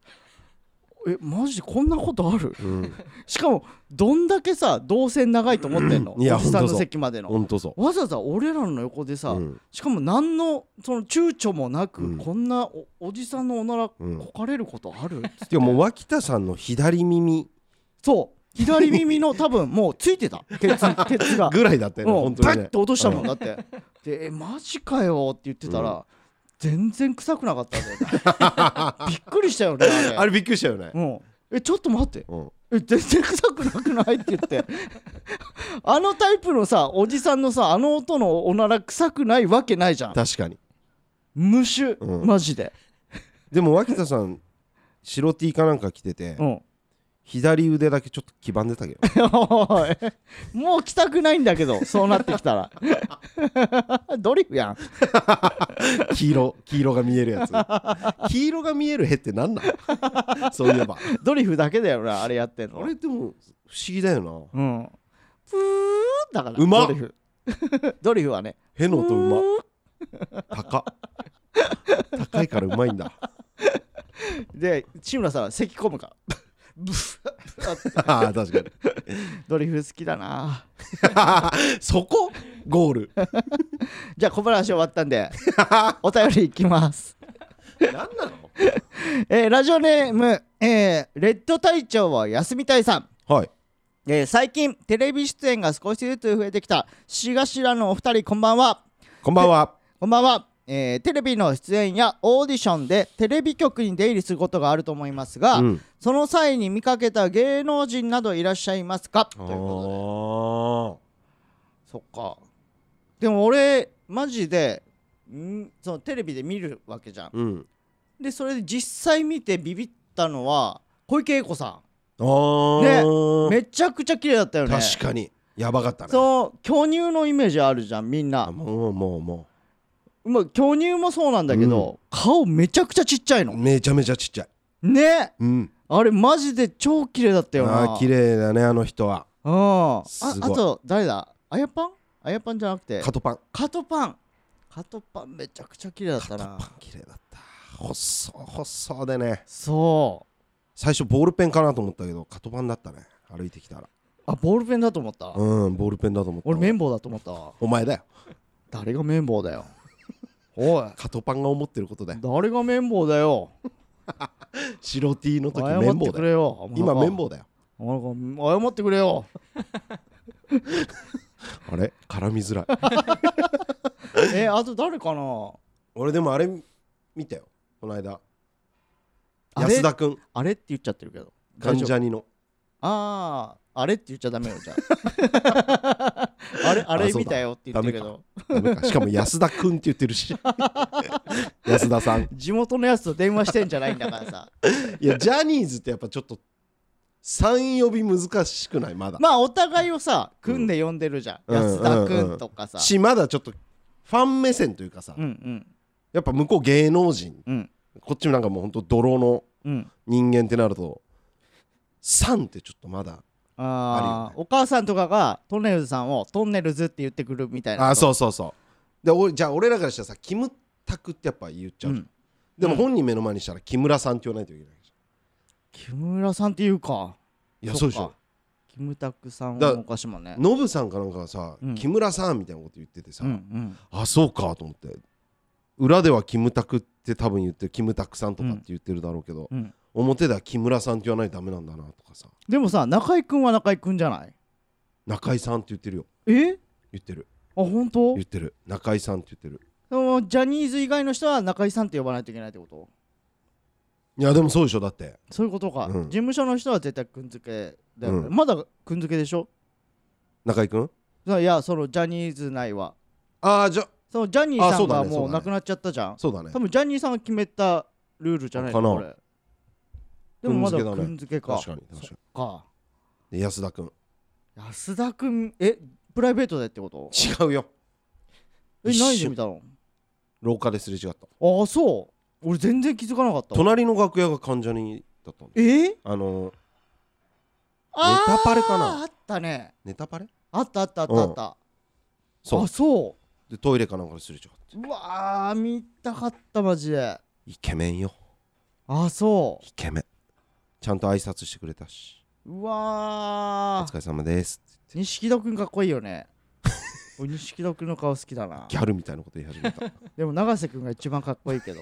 S1: えマジでこんなことある
S2: うん
S1: しかもどんだけさ動線長いと思ってんの
S2: いや
S1: おじさん
S2: ほんと
S1: の
S2: そう
S1: 席までの
S2: ほんとそ
S1: わざわざ俺らの横で
S2: う
S1: さ、
S2: うん
S1: しかも何のその躊躇もなく、
S2: うん
S1: こんなおおじさんのおなら
S2: うん
S1: こかれることある、
S2: でももう脇田さんの左耳
S1: そう左耳の多分もうついてた鉄鉄が
S2: ぐらいだったよね
S1: もう
S2: 本
S1: バ
S2: 当に
S1: ッ
S2: ね
S1: て落としたもんだってで「えマジかよ」って言ってたら、全然臭くなかっ たんだよなびっくりしたよねあれ
S2: あれびっくりしたよね
S1: うん、えちょっと待って
S2: うん
S1: え全然臭くなくないって言ってあのタイプのさおじさんのさあの音のおなら臭くないわけないじゃん
S2: 確かに
S1: 無臭、
S2: うん
S1: マジで
S2: でも脇田さん白 T かなんか着てて
S1: うん
S2: 左腕だけちょっと黄ばんでたけど
S1: おいもう来たくないんだけどそうなってきたら ドリフやん
S2: 黄色黄色が見えるやつ黄色が見えるへってなん なのそういえば
S1: ドリフだけだよなあれやってんの
S2: あれでも不思議だよな
S1: うんプーだから
S2: うまっ
S1: ドリフ ドリフはね
S2: への音うま高っ高いからうまいんだ
S1: で志村さんは咳込むからブフ
S2: ああ確か
S1: ドリフ好きだな
S2: に そこゴール
S1: じゃあ小話終わったん でお便りいきます
S2: 何なの
S1: えーラジオネーム、えーレッド隊長は休みたいさん、
S2: はい
S1: えー最近テレビ出演が少しずつ増えてきたしがしらのお二人こんばんは
S2: こんばんは
S1: こんばんは、えーテレビの出演やオーディションでテレビ局に出入りすることがあると思いますが、
S2: うん
S1: その際に見かけた芸能人などいらっしゃいますかということでそっかでも俺マジでんそのテレビで見るわけじゃん
S2: あーうん
S1: でそれで実際見てビビったのは小池栄子さ
S2: あー
S1: んめちゃくちゃ綺麗だったよね
S2: 確かにやばかったね
S1: そう巨乳のイメージあるじゃんみん
S2: あ
S1: な
S2: もうもうも
S1: まあ巨乳もそうなんだけど、顔めちゃくちゃちっちゃいうの
S2: めちゃめちゃちっちゃい
S1: ね
S2: うん
S1: あれマジで超綺麗だったよな
S2: あー綺麗だねあの人は
S1: うんああ
S2: すごい
S1: と誰だあやパンあやパンじゃなくて
S2: カトパン
S1: カトパンカトパンめちゃくちゃ綺麗だったな
S2: 綺麗だった細細でね
S1: そ
S2: 最初ボールペンかなと思ったけどカトパンだったね歩いてきたら
S1: うあボールペンだと思った
S2: うんボールペンだと思った
S1: 俺綿棒だと思ったわ
S2: お前だよ
S1: 誰が綿棒だよ おい
S2: カトパンが思ってることだよ
S1: 誰が綿棒だよ
S2: 白 T の時綿
S1: 謝って
S2: 棒
S1: く
S2: だよ
S1: れよ
S2: 今
S1: 浜中
S2: 綿棒だよ
S1: 浜中謝ってくれよ
S2: あれ絡みづらい
S1: えあと誰か な
S2: 俺でもあれ見たよこの間
S1: あれ
S2: 安田君
S1: あれって言っちゃってるけど大
S2: 関
S1: 丈夫
S2: ジャニの
S1: あああれって言っちゃダメよじゃあ あれあ
S2: あ
S1: れ
S2: そうだ
S1: 見たよって言ってるけど
S2: ダメかしかも安田くんって言ってる し安田さん
S1: 地元のやつと電話してんじゃないんだからさ
S2: いやジャニーズってやっぱちょっと3呼び難しくないまだ、
S1: まあお互いをさ組んで呼んでるじゃん、
S2: うん
S1: 安田君とかさ、
S2: しまだちょっとファン目線というかさ、
S1: うん、うん
S2: やっぱ向こう芸能人
S1: うん
S2: こっちもなんかもうほんと泥の
S1: うん
S2: 人間ってなると3ってちょっとまだ
S1: あ
S2: あるよ
S1: あ、お母さんとかがトンネルズさんをトンネルズって言ってくるみたいな
S2: あそううそうそうでおじゃあ俺らからしたらさキムタクってやっぱ言っちゃう、
S1: ん、
S2: でも本人目の前にしたら木村さんって言わないといけないじ
S1: 木村さんっていうか
S2: ゃんいやそ
S1: そうっ
S2: で
S1: か
S2: しょ
S1: キムタクさん
S2: だ
S1: はおかしいもんね
S2: ノブさんかなんかがさ、
S1: うん
S2: 木村さんみたいなこと言っててさ、
S1: うんうん
S2: あそうかと思って裏ではキムタクって多分言ってるキムタクさんとかって言ってるだろうけど、
S1: うん
S2: 表では木村さんって言わないとダメなんだなとかさ
S1: でもさ中居君は中居君じゃない
S2: 中居さんって言ってるよ
S1: え
S2: 言ってる
S1: あ本当
S2: 言ってる中居さんって言ってる
S1: でもジャニーズ以外の人は中居さんって呼ばないといけないってこと
S2: いやでもそうでしょだって
S1: そういうことか、
S2: うん
S1: 事務所の人は絶対くんづけだよね、
S2: うん
S1: まだくんづけでしょ
S2: 中居君
S1: いやそのジャニーズ内は
S2: ああじゃ
S1: そのジャニー
S2: あ
S1: さ
S2: そ
S1: ん
S2: うだ
S1: が
S2: ね
S1: も
S2: そうだね
S1: うなくなっちゃったじゃん、
S2: そうだね
S1: 多分ジャニーさんが決めたルールじゃないの
S2: かな
S1: これでもまだ
S2: く
S1: く
S2: んづけだね
S1: んづけか
S2: 確かに確か
S1: か
S2: にで安田君
S1: 安田君えプライベートでってこと
S2: 違うよ
S1: え
S2: 一緒
S1: 何で見たの
S2: 廊下ですれ違った
S1: ああそう俺全然気づかなかった
S2: 隣の楽屋が関ジャニだったの
S1: えー、ネ
S2: あのータパレかな
S1: あったね
S2: ネタパレ
S1: あったあったあったあった、
S2: そ
S1: あそう
S2: うでトイレかなんかですれ違った
S1: うわー見たかったマジで
S2: イケメンよ
S1: あそ
S2: イケメンちゃんと挨拶してくれたし
S1: うう
S2: お
S1: わ
S2: 疲
S1: ー
S2: れ様ですって
S1: 錦戸くんかっこいいよね 俺錦戸くんの顔好きだな
S2: ギャルみたいなこと言い始めた
S1: でも永瀬くんが一番かっこいい けど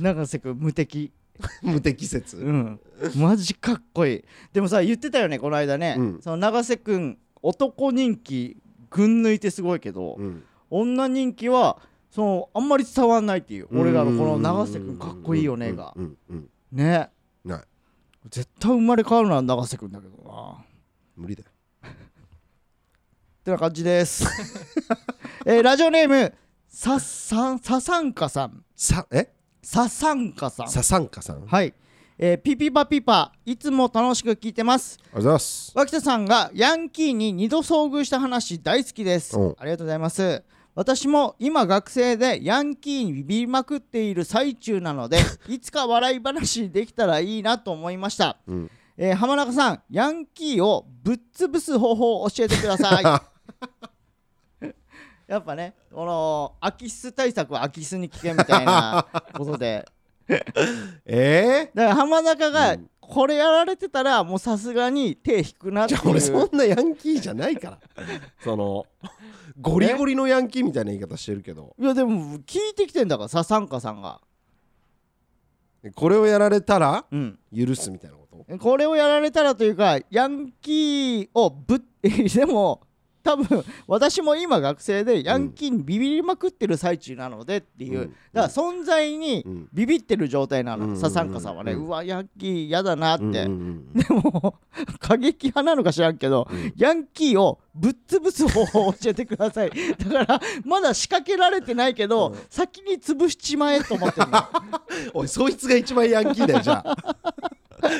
S1: 永瀬くん無敵
S2: 無適切
S1: うんマジかっこいいでもさ言ってたよねこの間ね、
S2: うん
S1: その永瀬くん男人気群抜いてすごいけど、
S2: うん
S1: 女人気はそのあんまり伝わんないっていう俺らのこの永瀬くんかっこいいよねが
S2: うんうん
S1: ね
S2: うんない
S1: 絶対生まれ変わるのは永瀬くんだけどな
S2: 無理だよ
S1: ってな感じです えーラジオネームささんささんかさん
S2: さえ
S1: ささんかさん
S2: ささんかさんありがと
S1: はい、えーピピパピパいつも楽しく聞いてます
S2: うございます
S1: 脇田さんがヤンキーに2度遭遇した話大好きです、
S2: うん
S1: ありがとうございます私も今学生でヤンキーにビビりまくっている最中 なのでいつか笑い話できたらいいなと思いました、
S2: うん
S1: えー浜中さんヤンキーをぶっ潰す方法を教えてください やっぱねこの空き巣対策は空き巣に聞けみたいなことで
S2: ええ
S1: だから浜中
S2: う
S1: が
S2: ん
S1: これやられてたらもうさすがに手引くなって
S2: じゃ
S1: いう
S2: あ俺そんなヤンキーじゃないから そのゴリゴリのヤンキーみたいな言い方してるけど
S1: いやでも聞いてきてんだからさサンカさんが、
S2: これをやられたら
S1: うん、
S2: 許すみたいなこと
S1: これをやられたらというかヤンキーをぶっ でも多分私も今学生でヤンキーにビビりまくってる最中なのでっていう、
S2: うん
S1: だから存在に
S2: うん
S1: ビビってる状態な
S2: うんうんう
S1: の
S2: ん
S1: さサンカさんはね
S2: うん
S1: うわヤンキー嫌だなって、
S2: うんうん
S1: で
S2: うん
S1: も過激派なのか知らんけど、
S2: うん
S1: ヤンキーをぶっ潰す方法を教えてくださいだからまだ仕掛けられてないけど、先に潰しちまえと思って るの
S2: おいそいつが一番ヤンキーだよじゃ あ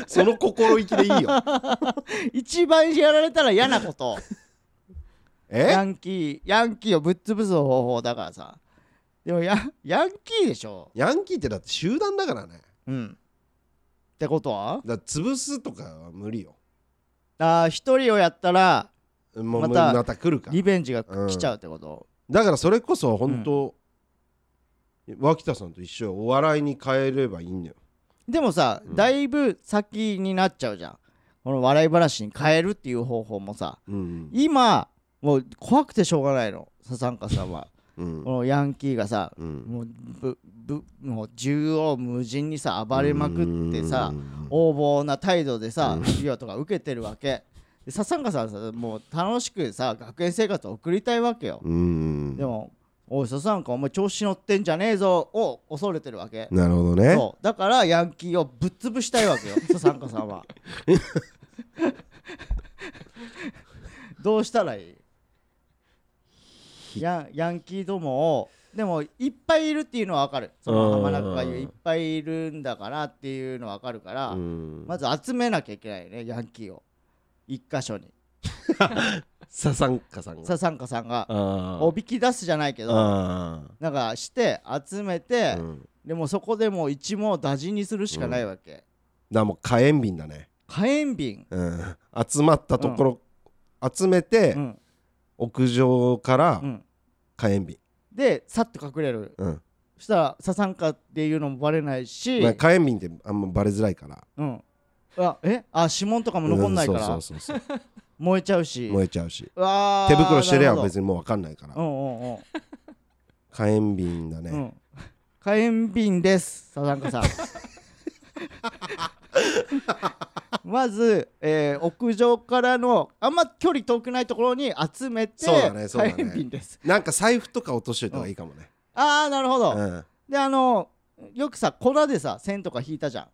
S2: その心意気でいいよ
S1: 一番やられたら嫌なことヤ
S2: え
S1: ンキーヤンキーをぶっ潰す方法だからさでもやヤンキーでしょ
S2: ヤンキーってだって集団だからね
S1: うんってことは
S2: だから潰すとかは無理よ
S1: あー一人をやったら
S2: もう
S1: ま
S2: ま
S1: た
S2: たまた来るから
S1: リベンジが
S2: うん
S1: 来ちゃうってこと、
S2: だからそれこそ本当、脇田さんと一緒よお笑いに変えればいいんだよ
S1: でもさ、
S2: うん
S1: だいぶ先になっちゃうじゃんこの笑い話に変えるっていう方法もさ
S2: うん
S1: 今もう怖くてしょうがないの笹岡さんは
S2: うん
S1: このヤンキーがさ
S2: うん
S1: もうぶぶもう縦横無尽にさ暴れまくって
S2: う
S1: さ、
S2: ん
S1: 横暴な態度でさ授業とか受けてるわけで笹岡さんはさもう楽しくさ学園生活を送りたいわけよ
S2: うん
S1: でもおい笹なんかお前調子乗ってんじゃねえぞを恐れてるわけ
S2: なるほどね
S1: そうだからヤンキーをぶっ潰したいわ けよ笹岡さんはどうしたらいいヤンヤンキーどもをでもいっぱいいるっていうのは分かるその浜中が言う
S2: うん
S1: いっぱいいるんだからっていうのは分かるから、
S2: うん
S1: まず集めなきゃいけないよねヤンキーを一箇所に
S2: ササンカさんが
S1: 笹岡さんが
S2: あー
S1: おびき出すじゃないけど
S2: あ
S1: なんかして集めて
S2: ー、うん
S1: でもそこでもう一網打尽にするしかないわけ、
S2: だからもう火炎瓶だね
S1: 火炎瓶、
S2: うん集まったところ集めて
S1: うん
S2: 屋上から
S1: うん、
S2: 火炎瓶
S1: でさっと隠れる
S2: うん
S1: そしたらササンカっていうのもバレないし、
S2: まあ火炎瓶ってあんまバレづらいから
S1: うん、あえあ指紋とかも残んないから、
S2: うんそうそうそうそ
S1: 燃えちゃうし
S2: う燃えちゃうし
S1: うわ
S2: 手袋してりゃ
S1: に
S2: 別にもう分かんないから
S1: うんうんうん、
S2: 火炎瓶だ
S1: う
S2: ね
S1: ん、火炎瓶ですササンカさ んまず、えー屋上からのあんま距離遠くないところに集めて、
S2: そうだねそうだ
S1: 火
S2: ね
S1: 炎瓶です
S2: なんか財布とか落としといた方がいいかもね
S1: ああなるほど、
S2: うん
S1: であのよくさ粉でさ線とか引いたじゃん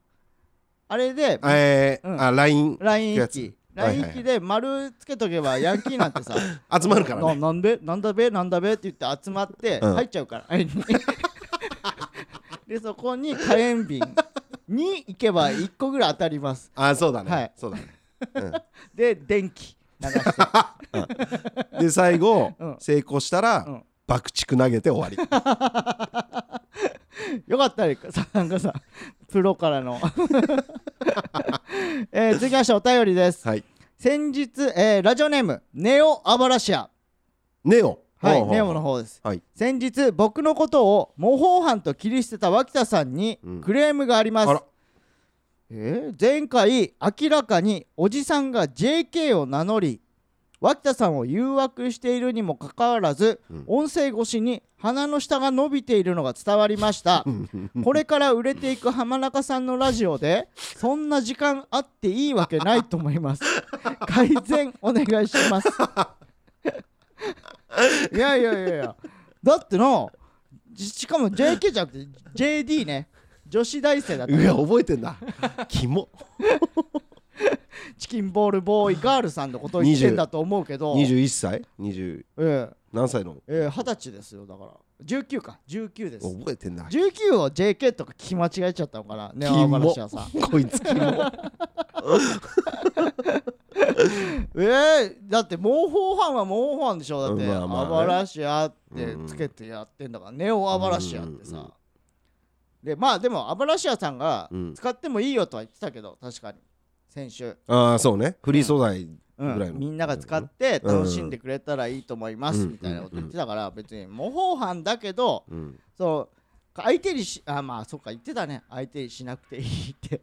S1: あれで
S2: え
S1: うん
S2: ーあ LINE
S1: ライン
S2: や
S1: 引
S2: つ
S1: き
S2: は
S1: ラ
S2: い
S1: イ
S2: はいは
S1: ン
S2: い
S1: 引きで丸つけとけばヤンキーなんてさ
S2: 集まるから
S1: な
S2: ね
S1: なんでなんだべなんだべって言って集まって
S2: うん
S1: 入っちゃうから、 あれにでそこに火炎瓶に行けば1個ぐらい当たります
S2: あそうだ
S1: は
S2: ね
S1: い
S2: そうだね
S1: で電気流して
S2: で最後
S1: うん
S2: 成功した
S1: う
S2: ら
S1: ん
S2: 爆竹投げて終わ
S1: よかったらさなんかさプロからの、 えー、続きましてお便りです
S2: りはい
S1: 先日、えーラジオネームネオアバラシア
S2: ネオ
S1: はい
S2: ほうほうほう
S1: ネオの方です
S2: はい
S1: 先日僕のことを模倣犯と切り捨てた脇田さんに
S2: うん
S1: クレームがあります、
S2: あら
S1: えー前回明らかにおじさんが JK を名乗り脇田さんを誘惑しているにもかかわらず、
S2: うん
S1: 音声越しに鼻の下が伸びているのが伝わりましたこれから売れていく浜中さんのラジオでそんな時間あっていいわけないと思います 改善お願いしますいやいやいやいやだってなじしかも JK じゃなくて JD ね女子大生だった
S2: うわ覚えてんだキモ
S1: チキンボールボーイガールさんのことを言ってんだと思うけどえ
S2: 21歳20
S1: え
S2: 何歳の
S1: ええ二十歳ですよだから19か19です
S2: 覚えてんだ
S1: 19を JK とか聞き間違えちゃったのかなね
S2: キモ
S1: アバラシアさん
S2: こい つキモ
S1: えー、だって模倣犯は模倣犯でしょだって、
S2: うんまあまあね
S1: アバラシアってつけてやってんだから、ネオアバラシアってさ、
S2: うんうんうん
S1: でまあでもアバラシアさんが
S2: うん
S1: 使ってもいいよとは言ってたけど確かに先週、
S2: ああそうねフリー素材
S1: うん
S2: ぐらいの
S1: みんなが使って楽しんでくれたらいいと思います、みたいなこと言ってたから別に模倣犯だけど
S2: うん
S1: そう相手にしあまあそっか言ってたね相手にしなくていいって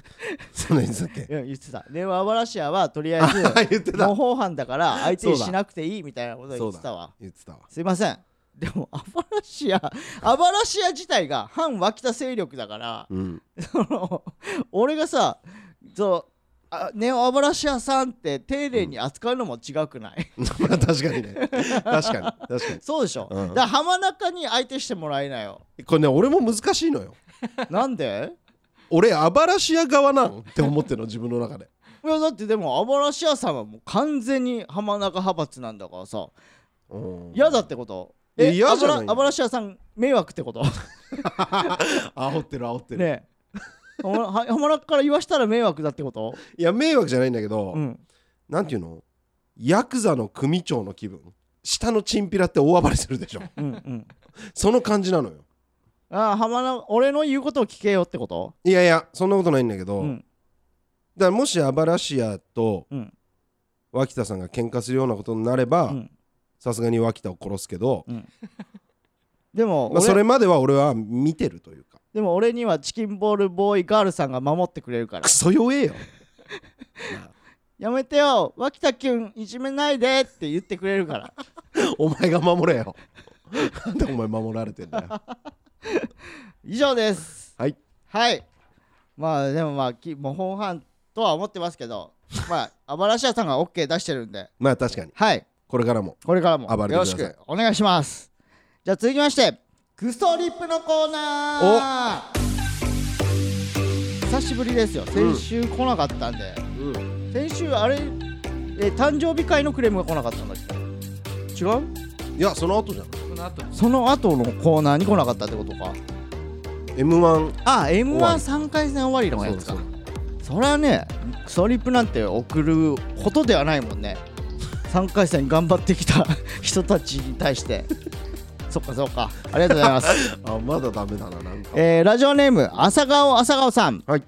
S2: そんなやつだっけ
S1: うん言ってたネオアバラシアはとりあえず
S2: 言ってた
S1: 模倣犯だから相手にしなくていいみたいなこと言ってたわ
S2: 言ってたわ
S1: すいませんでもアバラシ アアバラシア自体が反脇田勢力だから
S2: うん
S1: その俺がさそうあネオアバラシアさんって丁寧に扱うのも違くない、
S2: まあ確かにね確かに確か
S1: そうでしょ、
S2: うん
S1: だから浜中に相手してもらえなよ
S2: にこれね俺も難しいのよ
S1: なんで
S2: 俺アバラシア側なんって思ってるの自分の中で
S1: いやだってでもアバラシアさんはもう完全に浜中派閥なんだからさ嫌だってこと
S2: いや嫌じゃない
S1: アバラアバラシアさん迷惑っ てこと
S2: 煽ってる煽ってる、
S1: ねえ浜は浜中から言わしたら迷惑だってこと
S2: いや迷惑じゃないんだけど、
S1: うん
S2: なんていうのヤクザの組長の気分下のチンピラって大暴れするで しょ
S1: うんうん
S2: その感じなのよ
S1: ああ浜中俺の言うことを聞けよってこと
S2: いやいやそんなことないんだけど、
S1: うん
S2: だからもしアバラシアと
S1: うん
S2: 脇田さんが喧嘩するようなことになれば
S1: うん
S2: さすがに脇田を殺すけど、
S1: うんでも
S2: まあ、
S1: 俺
S2: それまでは俺は見てるというか
S1: でも俺にはチキンボールボーイガールさんが守ってくれるから
S2: クソ弱え よ
S1: やめてよ脇田きゅんいじめないでって言ってくれるから
S2: お前が守れよ なんでお前守られてんだよ
S1: 以上です
S2: はい
S1: はいまあでもまあき模倣犯とは思ってますけどまあアバラシアさんが OK 出してるんで
S2: まあ確かに
S1: はい
S2: これからも
S1: これからも
S2: 暴れてく
S1: よろ
S2: ださ
S1: し
S2: い
S1: くお願いします。じゃあ続きましてクソリップのコーナー久しぶりですよ先週来なかったんで、
S2: うん
S1: 先週あれえー誕生日会のクレームが来なかったんだっけ違う
S2: いやその後じゃん
S3: この後です
S1: その後のコーナーに来なかったってことか
S2: m 1
S1: あ m 1
S2: 終わり
S1: 3回戦終わりのやつか
S2: そう
S1: それはねクソリップなんて送ることではないもんね3回戦頑張ってきた 人たちに対してそっかそっかありがとうございます、
S2: あまだダメだななんか
S1: えーラジオネーム朝顔朝顔さん、
S2: はい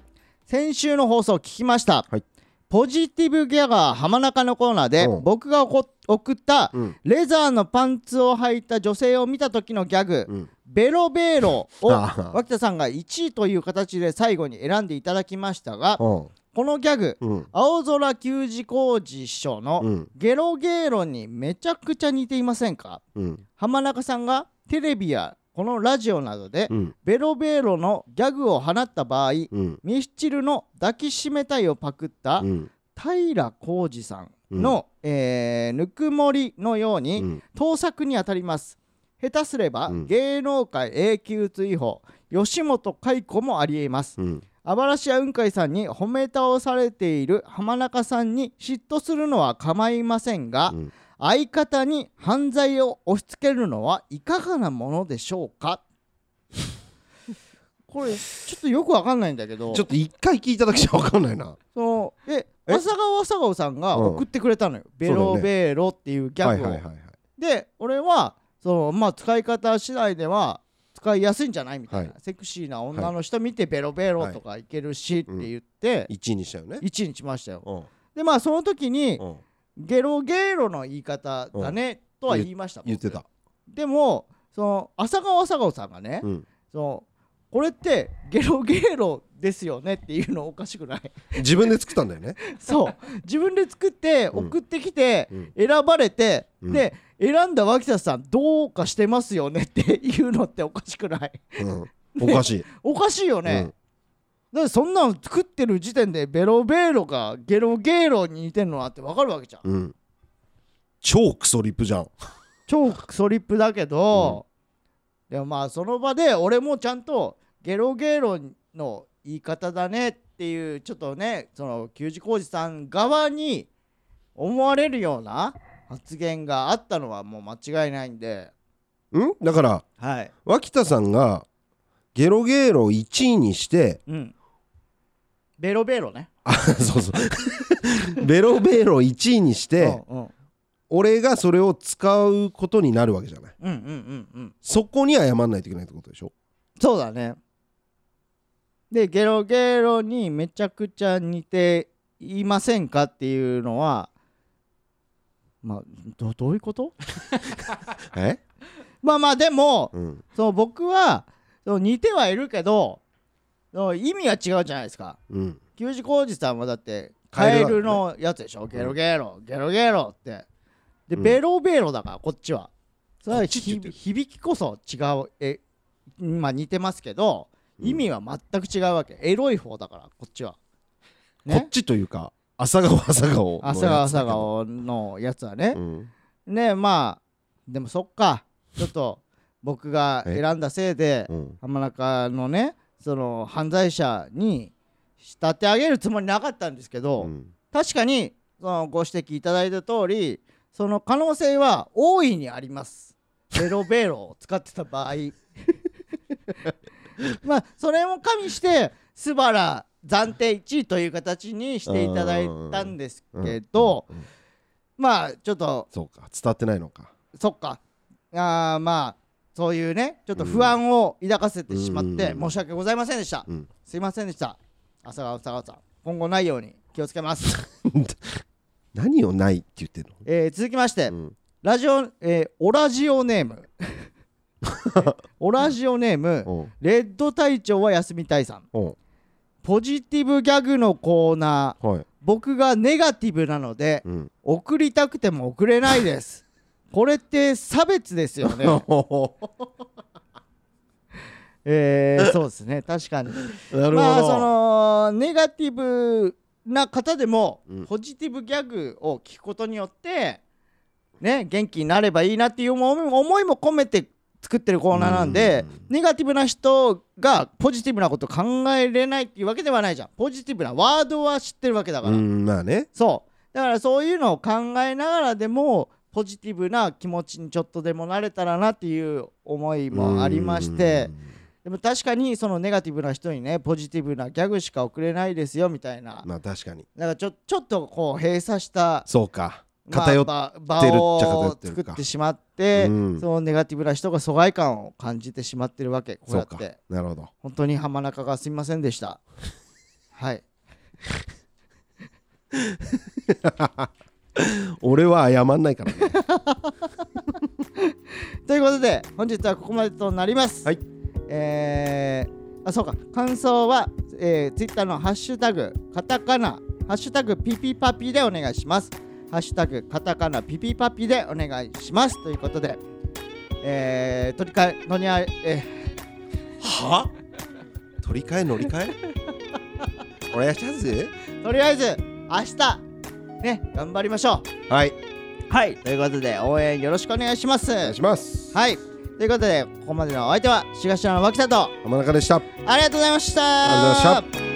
S1: 先週の放送聞きました、
S2: はい
S1: ポジティブギャガー浜中のコーナーで
S2: うん
S1: 僕がおこ送った
S2: うん
S1: レザーのパンツを履いた女性を見た時のギャグ、
S2: うん
S1: ベロベロを
S2: あー
S1: 脇田さんが1位という形で最後に選んでいただきましたが
S2: うん
S1: このギャグ
S2: うん
S1: 青空球児工事師匠
S2: う
S1: の
S2: ん
S1: ゲロゲロにめちゃくちゃ似ていませんか
S2: うん
S1: 浜中さんがテレビやこのラジオなどで
S2: うん
S1: ベロベロのギャグを放った場合
S2: うん
S1: ミスチルの抱きしめたいをパクった
S2: うん
S1: 平浩二さんの、えーぬくもりのように、
S2: うん
S1: 盗作にあたります下手すれば、
S2: うん
S1: 芸能界永久追放吉本解雇もありえます
S2: うん
S1: あばらしや雲海さんに褒め倒されている浜中さんに嫉妬するのは構いませんが、
S2: うん
S1: 相方に犯罪を押し付けるのはいかがなものでしょうか これちょっとよくわかんないんだけど
S2: ちょっと一回聞いただけじゃ分かんないな
S1: そのえ
S2: え
S1: 朝顔朝顔さんが送ってくれたのよ、ベ
S2: そうだよ
S1: ロ
S2: ね
S1: ベロっていうギャ
S2: はい
S1: グを、
S2: はいはいはい
S1: で俺はそのまあ使い方次第では使いやすいんじゃないみたいな、
S2: は
S1: セクシーな女の人見てベロベロとかいけるしって言って
S2: 1位にしたよね
S1: 1にしましたよ
S2: うん
S1: でまあその時に
S2: うん
S1: ゲロゲロの言い方だねとは言いました
S2: 言ってた
S1: でもその朝顔朝顔さんがね
S2: うん
S1: そのこれってゲロゲロですよねっていうのおかしくない
S2: 自分で作ったんだよね
S1: そう自分で作って
S2: うん
S1: 送ってきて
S2: うん
S1: 選ばれて、
S2: うん
S1: で選んだ脇田さんどうかしてますよねっていうのっておかしくない
S2: うんおかしい
S1: おかしいよね、だってそんなの作ってる時点でベロベロかゲロゲロに似てるのなんてわかるわけじゃん、
S2: うんうん超クソリップじゃん
S1: 超クソリップだけど、でもまあその場で俺もちゃんとゲロゲロの言い方だねっていうちょっとねその球児浩二さん側に思われるような発言があったのはもう間違いないんで
S2: うんだから
S1: はい
S2: 脇田さんがゲロゲロ1位にして
S1: うんベロベロね
S2: あそうそうベロベロ1位にして
S1: うんうん
S2: 俺がそれを使うことになるわけじゃない
S1: うんうんうんうん
S2: そこには謝んないといけないってことでしょ
S1: そうだねでゲロゲロにめちゃくちゃ似ていませんかっていうのはまあどどういうこと
S2: え
S1: まあまあでも
S2: うん
S1: その僕はその似てはいるけどその意味が違うじゃないですか
S2: うん
S1: 球児浩二さんはだってカ
S2: カエ
S1: エ
S2: ルだ
S1: ルのやつでしょ、ゲロゲロゲロゲロってで、
S2: うん
S1: ベロベロだからこっちはそれは
S2: こっちって言ってる
S1: 響きこそ違うえまあ似てますけど
S2: うん
S1: 意味は全く違うわけ、エロい方だからこっちは
S2: こっ
S1: ね
S2: ちというか朝顔朝顔のやつ
S1: 朝顔朝顔のやつはね
S2: う、ん
S1: ねまあでもそっかちょっと僕が
S2: え
S1: 選んだせいで
S2: うん
S1: 浜中のねその犯罪者に仕立て上げるつもりなかったんですけど、
S2: うん
S1: 確かにそのご指摘いただいた通りその可能性は大いにありますベロベロを使ってた場合 まあそれも加味してスバラ暫定1位という形にしていただいたんですけど、
S2: うんうん
S1: まあちょっと
S2: そうか伝わってないのか
S1: そっかあーまあそういうねちょっと不安を抱かせてしまって
S2: うん
S1: 申し訳ございませんでした、
S2: うん
S1: すいませんでした朝顔朝顔さん今後ないように気をつけます、
S2: 何をないって言ってんの
S1: えー続きまして、
S2: うん
S1: ラジオ、えーオラジオネー ムオラジオネーム
S2: うん
S1: レッド隊長は休みたいさん
S2: うん
S1: ポジティブギャグのコーナー
S2: はい
S1: 僕がネガティブなので
S2: うん
S1: 送りたくても送れないですこれって差別ですよね えー、そうですね確かに
S2: なるほど
S1: まあそのネガティブな方でも、
S2: うん
S1: ポジティブギャグを聞くことによってね元気になればいいなっていう思いも思いも込めて作ってるコーナーなんで、
S2: うん
S1: ネガティブな人がポジティブなこと考えれないっていうわけではないじゃんポジティブなワードは知ってるわけだから、
S2: うんまあね
S1: そうだからそういうのを考えながらでもポジティブな気持ちにちょっとでもなれたらなっていう思いもありましてでも確かにそのネガティブな人にねポジティブなギャグしか送れないですよみたいな
S2: うんまあ確かに
S1: なんかちょちょっとこう閉鎖した
S2: そうか
S1: まあ
S2: 偏っ
S1: ば
S2: てるっちゃ
S1: 場
S2: 偏
S1: を
S2: ってるか
S1: 作ってしまって、
S2: うん
S1: そのネガティブな人が疎外感を感じてしまってるわけこう
S2: そ
S1: や
S2: う
S1: っ
S2: か
S1: て
S2: なるほど
S1: 本当に浜中がすみませんでしたはい
S2: 俺は謝んないからね
S1: ということで本日はここまでとなります
S2: はい
S1: えーあそうか感想は、えー、ツイッターのハッシュタグカタカナハッシュタグピピパピでお願いしますハッシュタグカタカナピピパピでお願いしますということでえー、取りかえのにあえー
S2: は取り替え乗り換えお願いします
S1: とりあえず明日ね頑張りましょ
S2: はい、
S1: うはいということで応援よろしくお願いします
S2: お願いします。
S1: はいということでここまでのお相手は東山脇田と
S2: 浜中でした。あり
S1: ありがとうございました
S2: がとうございました。